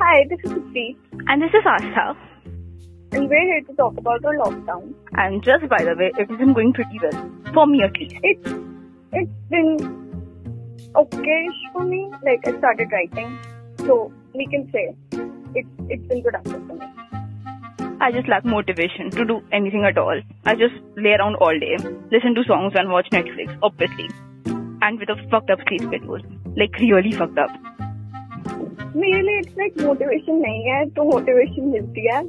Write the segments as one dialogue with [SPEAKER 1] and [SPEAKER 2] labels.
[SPEAKER 1] Hi, this is Preet,
[SPEAKER 2] And this is Asha.
[SPEAKER 1] and we're here to talk about our lockdown.
[SPEAKER 2] And just by the way, it isn't going pretty well. For me at least.
[SPEAKER 1] It's it's been okayish for me. Like I started writing, so we can say it's it's been productive for me.
[SPEAKER 2] I just lack motivation to do anything at all. I just lay around all day, listen to songs and watch Netflix, obviously. And with a fucked up sleep schedule. Like really fucked up.
[SPEAKER 1] Really, it's like motivation nahi hai, to motivation milti hai.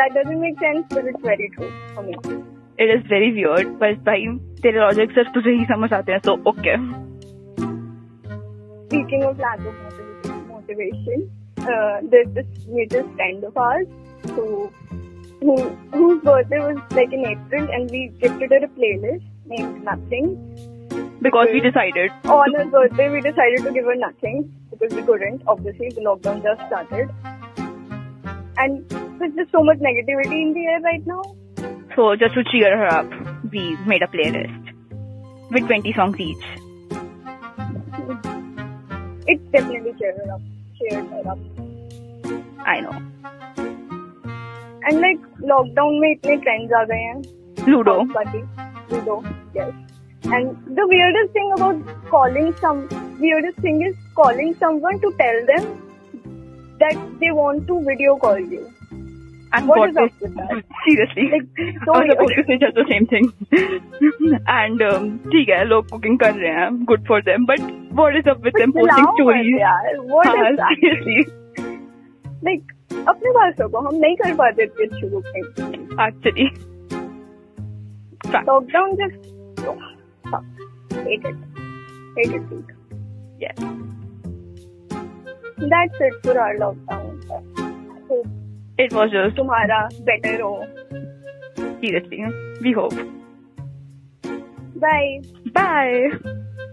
[SPEAKER 1] That doesn't make sense, but it's very true for me.
[SPEAKER 2] It is very weird, but भाई तेरे logic सिर्फ तुझे ही समझ आते हैं तो okay
[SPEAKER 1] Speaking of lack of motivation, motivation uh, there's this mutual friend of ours who, who whose birthday was like in April, and we gifted her a playlist named Nothing.
[SPEAKER 2] Because we decided
[SPEAKER 1] On her birthday, we decided to give her nothing because we couldn't. Obviously, the lockdown just started, and there's just so much negativity in the air right now.
[SPEAKER 2] So just to cheer her up we made a playlist with 20 songs each
[SPEAKER 1] It's definitely cheered her up, cheered her up.
[SPEAKER 2] i know
[SPEAKER 1] And like lockdown, में इतने trends आ गए हैं.
[SPEAKER 2] ludo
[SPEAKER 1] House party, Ludo, yes. And the weirdest thing about calling some weirdest thing is calling someone to tell them that they want to video call you.
[SPEAKER 2] And
[SPEAKER 1] What
[SPEAKER 2] got
[SPEAKER 1] is
[SPEAKER 2] this-
[SPEAKER 1] up with that?
[SPEAKER 2] Seriously.
[SPEAKER 1] Like, so
[SPEAKER 2] I was supposed
[SPEAKER 1] weird.
[SPEAKER 2] to say just the same thing. and um, ठीक है लोग cooking कर रहे हैं good for them but what is up with them
[SPEAKER 1] But
[SPEAKER 2] posting
[SPEAKER 1] now,
[SPEAKER 2] stories
[SPEAKER 1] यार, what
[SPEAKER 2] हाँ,
[SPEAKER 1] is that?
[SPEAKER 2] seriously
[SPEAKER 1] Like, अपने बातों को हम नहीं कर पाते थे शुरू में
[SPEAKER 2] actually fact
[SPEAKER 1] lockdown just hate it hate it week
[SPEAKER 2] yes
[SPEAKER 1] that's it for our lockdown hope
[SPEAKER 2] it was just
[SPEAKER 1] तुम्हारा better हो
[SPEAKER 2] seriously we hope
[SPEAKER 1] bye
[SPEAKER 2] bye